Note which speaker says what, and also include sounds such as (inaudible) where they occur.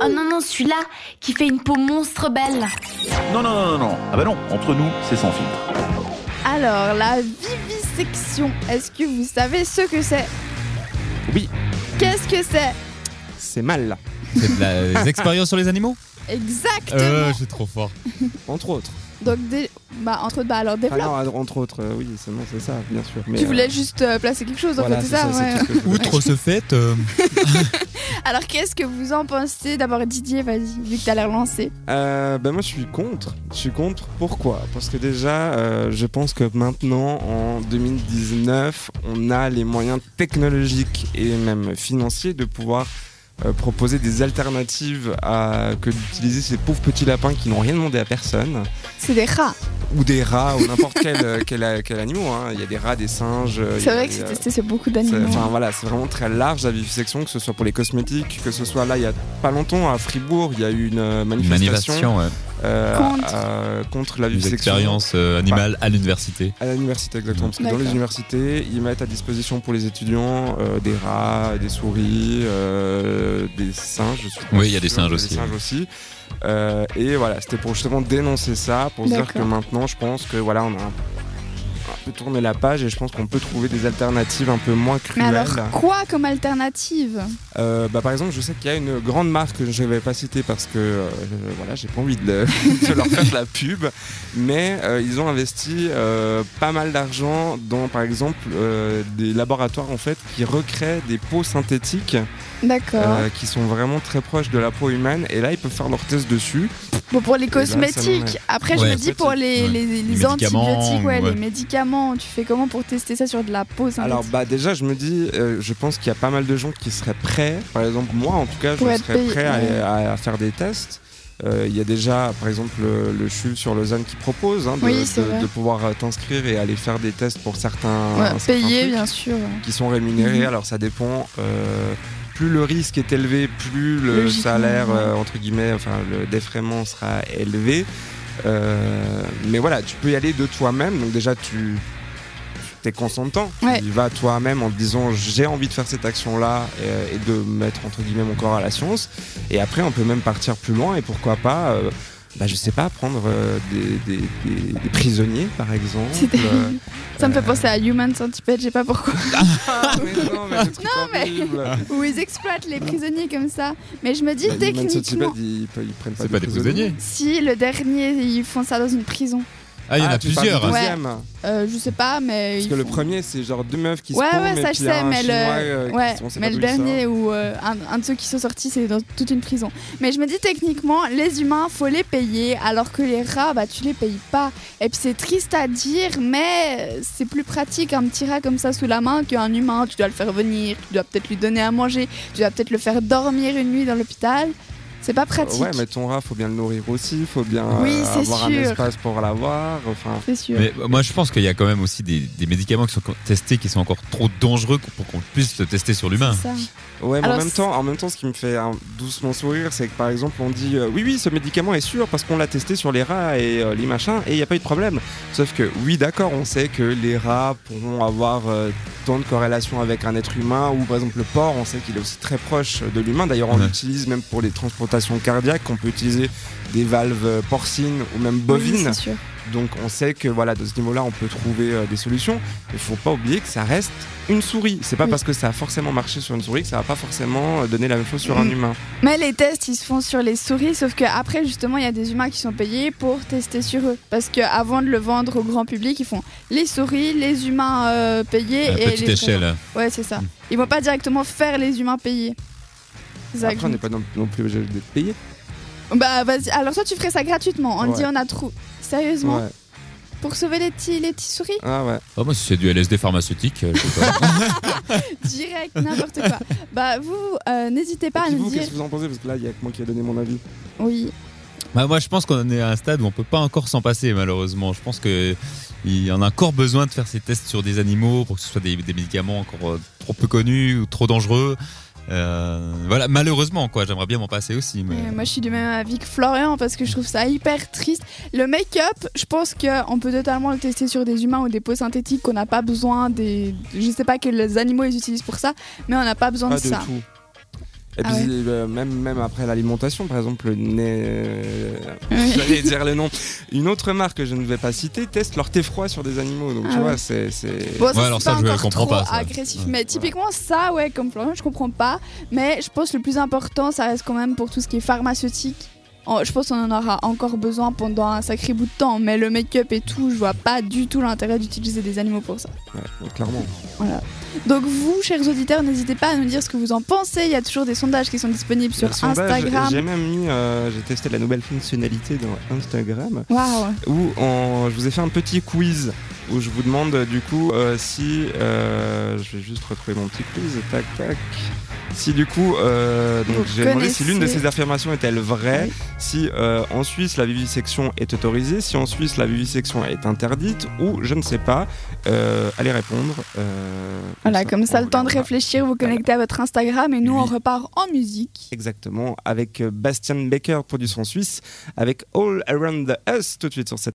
Speaker 1: Oh non, non, celui-là qui fait une peau monstre belle.
Speaker 2: Non, non, non, non, non. Ah bah non, entre nous, c'est sans filtre.
Speaker 3: Alors, la vivisection, est-ce que vous savez ce que c'est
Speaker 4: Oui.
Speaker 3: Qu'est-ce que c'est
Speaker 4: C'est mal, là.
Speaker 5: C'est de la- des expériences sur les animaux
Speaker 3: Exactement.
Speaker 5: Euh, je suis trop fort.
Speaker 4: Entre autres.
Speaker 3: Donc, dé- bah, entre bah, alors développe.
Speaker 4: Alors, entre autres, euh, oui, c'est bon, c'est ça, bien sûr. Ah Mais,
Speaker 3: tu
Speaker 4: euh,
Speaker 3: voulais juste euh, placer quelque chose, en
Speaker 4: voilà,
Speaker 3: fait, c'est
Speaker 4: c'est
Speaker 3: ça,
Speaker 4: ça, c'est
Speaker 3: ouais.
Speaker 4: tout ce que je voulais dire.
Speaker 5: Outre ce fait, euh,
Speaker 3: Alors, qu'est-ce que vous en pensez D'abord, Didier, vas-y, vu que t'as l'air lancé.
Speaker 4: Euh, bah moi je suis contre. Je suis contre. Pourquoi Parce que déjà, euh, je pense que maintenant, en 2019, on a les moyens technologiques et même financiers de pouvoir euh, proposer des alternatives à que d'utiliser ces pauvres petits lapins qui n'ont rien demandé à personne
Speaker 3: C'est des rats.
Speaker 4: ou des rats ou n'importe quel, euh, (laughs) quel, quel animal. hein. Il y a des rats, des singes. euh, il y
Speaker 3: C'est
Speaker 4: a
Speaker 3: vrai que
Speaker 4: des,
Speaker 3: c'est
Speaker 4: euh,
Speaker 3: testé sur beaucoup
Speaker 4: c'est-
Speaker 3: d'animaux.
Speaker 4: Enfin voilà, c'est vraiment très large la vivisection, que ce soit pour les cosmétiques, que ce soit là il y a pas longtemps à Fribourg, il y a eu une euh,
Speaker 5: une
Speaker 4: manifestation
Speaker 5: manifestation, ouais.
Speaker 4: euh,
Speaker 3: Contre.
Speaker 4: euh, contre la
Speaker 5: des
Speaker 4: vivisection
Speaker 5: expériences euh, animales à l'université.
Speaker 4: à l'université exactement parce que dans
Speaker 3: D'accord.
Speaker 4: les universités ils mettent à disposition pour les étudiants euh, des rats des souris euh, des singes je suis pas
Speaker 5: Oui, il y a
Speaker 4: sûr,
Speaker 5: des singes aussi, oui.
Speaker 4: aussi. Euh, et voilà c'était pour justement dénoncer ça pour dire que
Speaker 3: D'accord.
Speaker 4: maintenant je pense que voilà on a un un peu tourné la page et je pense qu'on peut trouver des alternatives un peu moins
Speaker 3: Mais
Speaker 4: cruelles
Speaker 3: alors, quoi comme alternative
Speaker 4: Euh, bah, par exemple je sais qu'il y a une grande marque que je ne vais pas citer parce que euh, voilà j'ai pas envie de, (laughs) le- de leur faire de la pub mais euh, ils ont investi euh, pas mal d'argent dans par exemple euh, des laboratoires en fait qui recréent des peaux synthétiques
Speaker 3: D'accord.
Speaker 4: euh, qui sont vraiment très proches de la peau humaine et là ils peuvent faire leurs tests dessus
Speaker 3: Bon, pour les
Speaker 4: ben, ça
Speaker 3: cosmétiques.
Speaker 4: m'aurait-
Speaker 3: Après, je
Speaker 5: Ouais.
Speaker 3: me dis pour les,
Speaker 5: Ouais.
Speaker 3: les, les
Speaker 5: Les
Speaker 3: antibiotiques,
Speaker 5: médicaments,
Speaker 3: ouais,
Speaker 5: ouais.
Speaker 3: les médicaments, tu fais comment pour tester ça sur de la peau synthétique
Speaker 4: alors bah déjà je me dis euh, je pense qu'il y a pas mal de gens qui seraient prêts par exemple moi en tout cas je
Speaker 3: Pour être
Speaker 4: serais
Speaker 3: payé,
Speaker 4: prêt à-
Speaker 3: ouais.
Speaker 4: à, à faire des tests Euh, il y a déjà par exemple le, le CHU sur Lausanne qui propose hein, de,
Speaker 3: Oui, c'est
Speaker 4: de-
Speaker 3: vrai.
Speaker 4: de pouvoir euh, t'inscrire et aller faire des tests pour certains,
Speaker 3: Ouais,
Speaker 4: certains
Speaker 3: Payé,
Speaker 4: trucs
Speaker 3: bien sûr. (laughs)
Speaker 4: qui sont rémunérés
Speaker 3: Mhm.
Speaker 4: alors ça dépend euh, plus le risque est élevé, plus le
Speaker 3: Logiquement,
Speaker 4: salaire,
Speaker 3: ouais.
Speaker 4: euh, entre guillemets, enfin le défraiement sera élevé. Euh, mais voilà, tu peux y aller de toi-même. Donc déjà, tu es consentant.
Speaker 3: Ouais.
Speaker 4: Tu y vas toi-même en te disant j'ai envie de faire cette action-là euh, et, de mettre entre guillemets mon corps à la science. Et après, on peut même partir plus loin et pourquoi pas. euh, bah, je sais pas, prendre euh, des, des- des- des prisonniers par exemple.
Speaker 3: C'est terrible.
Speaker 4: Euh,
Speaker 3: Ça me fait penser à Human Centipede, je sais pas pourquoi.
Speaker 4: (laughs)
Speaker 3: (laughs)
Speaker 4: ah, mais non, mais, le truc
Speaker 3: Non, mais-
Speaker 4: horrible.
Speaker 3: Où ils exploitent les prisonniers comme ça. Mais je me dis
Speaker 4: Bah, les Man
Speaker 3: techniquement.
Speaker 4: Centipede, ils, pe- ils prennent pas,
Speaker 5: C'est pas des prisonniers.
Speaker 3: Si le dernier, ils font ça dans une prison.
Speaker 5: Ah, il y en
Speaker 4: Ah,
Speaker 5: a
Speaker 4: tu parles du
Speaker 5: plusieurs.
Speaker 3: Ouais.
Speaker 4: deuxième.
Speaker 3: Euh, je sais pas, mais.
Speaker 4: Parce
Speaker 3: ils
Speaker 4: que le
Speaker 3: font-
Speaker 4: premier, c'est genre deux meufs qui
Speaker 3: Ouais,
Speaker 4: se
Speaker 3: ouais,
Speaker 4: paument,
Speaker 3: ça
Speaker 4: et
Speaker 3: je
Speaker 4: puis il y a
Speaker 3: sais,
Speaker 4: un
Speaker 3: mais le,
Speaker 4: Chinois, euh, qui-
Speaker 3: ouais,
Speaker 4: on sait
Speaker 3: mais
Speaker 4: pas
Speaker 3: le
Speaker 4: d'où il sort.
Speaker 3: dernier ou euh, un, un de ceux qui sont sortis, c'est dans toute une prison. Mais je me dis techniquement, les humains, faut les payer, alors que les rats, bah tu les payes pas. Et puis c'est triste à dire, mais c'est plus pratique un petit rat comme ça sous la main qu'un humain. Tu dois le faire venir, tu dois peut-être lui donner à manger, tu dois peut-être le faire dormir une nuit dans l'hôpital. C'est pas pratique,
Speaker 4: Ouais, mais ton rat, faut bien le nourrir aussi, faut bien
Speaker 3: Oui,
Speaker 4: euh,
Speaker 3: c'est
Speaker 4: avoir un
Speaker 3: sûr.
Speaker 4: espace pour l'avoir. Enfin,
Speaker 3: c'est sûr.
Speaker 5: Mais euh, moi, je pense qu'il y a quand même aussi des, des médicaments qui sont testés qui sont encore trop dangereux pour qu'on puisse le tester sur l'humain.
Speaker 3: Ça.
Speaker 4: ouais, mais
Speaker 3: Alors,
Speaker 4: en même
Speaker 3: c'est-
Speaker 4: temps, en même temps, ce qui me fait hein, doucement sourire, c'est que par exemple, on dit euh, oui, oui, ce médicament est sûr parce qu'on l'a testé sur les rats et euh, les machins et il n'y a pas eu de problème. Sauf que oui, d'accord, on sait que les rats pourront avoir euh, tant de corrélations avec un être humain ou par exemple le porc, on sait qu'il est aussi très proche de l'humain. D'ailleurs, on
Speaker 5: Ouais.
Speaker 4: l'utilise même pour les transplantations cardiaques, on peut utiliser des valves porcines ou même
Speaker 3: Oui,
Speaker 4: bovines.
Speaker 3: c'est sûr.
Speaker 4: Donc on sait que voilà, de ce niveau-là, on peut trouver euh, des solutions. Mais il faut pas oublier que ça reste une souris. C'est pas
Speaker 3: Oui.
Speaker 4: parce que ça a forcément marché sur une souris que ça va pas forcément euh, donner la même chose sur un
Speaker 3: Mm.
Speaker 4: humain.
Speaker 3: Mais les tests, ils se font sur les souris, sauf qu'après, justement, il y a des humains qui sont payés pour tester sur eux. Parce qu'avant de le vendre au grand public, ils font les souris, les humains euh, payés
Speaker 5: À
Speaker 3: et
Speaker 5: petite
Speaker 3: les
Speaker 5: échelle. Hmm.
Speaker 3: présents. Ouais, c'est ça. Ils vont pas directement faire les humains payés. C'est ça que
Speaker 4: Après, on
Speaker 3: je
Speaker 4: n'est pas non, non plus obligé de payer.
Speaker 3: me- Bah, vas-y. Alors, toi, tu ferais ça gratuitement. On
Speaker 4: Ouais.
Speaker 3: dit, on a trop. Sérieusement,
Speaker 4: Ouais.
Speaker 3: pour sauver les petits, les petits souris
Speaker 4: Ah ouais.
Speaker 5: Oh, moi, si c'est du LSD pharmaceutique, euh, je sais pas.
Speaker 3: Direct, n'importe
Speaker 4: (laughs)
Speaker 3: quoi. bah, vous, euh, n'hésitez pas
Speaker 4: Et
Speaker 3: à
Speaker 4: puis
Speaker 3: nous
Speaker 4: vous,
Speaker 3: dire.
Speaker 4: qu'est-ce que vous en pensez Parce que là, il y a que moi qui ai donné mon avis.
Speaker 3: Oui.
Speaker 5: Bah, moi, je pense qu'on est à un stade où on peut pas encore s'en passer, malheureusement. Je pense qu'il y en a encore besoin de faire ces tests sur des animaux pour que ce soit des, des médicaments encore euh, trop peu connus ou trop dangereux. Euh, voilà, malheureusement, quoi. J'aimerais bien m'en passer aussi. Mais...
Speaker 3: Et moi, je suis du même avis que Florian parce que je trouve ça hyper triste. Le make-up, je pense qu'on peut totalement le tester sur des humains ou des peaux synthétiques, qu'on n'a pas besoin des. Je sais pas quels animaux ils utilisent pour ça, mais on n'a pas besoin
Speaker 4: Pas
Speaker 3: de
Speaker 4: de
Speaker 3: ça.
Speaker 4: tout. Et
Speaker 3: Ah
Speaker 4: puis euh, même, même après l'alimentation, par exemple, né...
Speaker 3: Oui.
Speaker 4: (laughs) j'allais dire le nom. Une autre marque que je ne vais pas citer teste leur thé froid sur des animaux. Donc
Speaker 3: Ah
Speaker 4: tu vois,
Speaker 3: ouais.
Speaker 4: c'est. c'est-
Speaker 3: Bon, ça,
Speaker 5: Ouais,
Speaker 3: c'est
Speaker 5: alors
Speaker 3: pas
Speaker 5: ça, je
Speaker 3: encore
Speaker 5: comprends
Speaker 3: trop
Speaker 5: pas, ça.
Speaker 3: agressif,
Speaker 5: Ouais.
Speaker 3: mais typiquement ça, ouais, comme plan, je comprends pas. Mais je pense que le plus important, ça reste quand même pour tout ce qui est pharmaceutique. En- Je pense qu'on en aura encore besoin pendant un sacré bout de temps, mais le make-up et tout, je vois pas du tout l'intérêt d'utiliser des animaux pour ça.
Speaker 4: Ouais, donc clairement.
Speaker 3: Donc vous, chers auditeurs, n'hésitez pas à nous dire ce que vous en pensez. Il y a toujours des sondages qui sont disponibles sur
Speaker 4: Le sondage,
Speaker 3: Instagram.
Speaker 4: J'ai même mis, euh, j'ai testé la nouvelle fonctionnalité dans Instagram
Speaker 3: Waouh
Speaker 4: où on- je vous ai fait un petit quiz où je vous demande euh, du coup euh, si euh, je vais juste retrouver mon petit quiz tac tac si du coup euh, donc
Speaker 3: Vous
Speaker 4: j'ai demandé si l'une de
Speaker 3: connaissez-
Speaker 4: ces affirmations est-elle vraie si euh, en Suisse la vivisection est autorisée si en Suisse la vivisection est interdite ou je ne sais pas euh, allez répondre euh,
Speaker 3: Voilà, comme ça,
Speaker 4: on
Speaker 3: le temps de
Speaker 4: regardera.
Speaker 3: réfléchir, vous connectez à votre Instagram et nous, on
Speaker 4: Oui.
Speaker 3: repart en musique.
Speaker 4: Exactement, avec euh, Bastian Baker, production suisse, avec All Around Us, tout de suite sur cette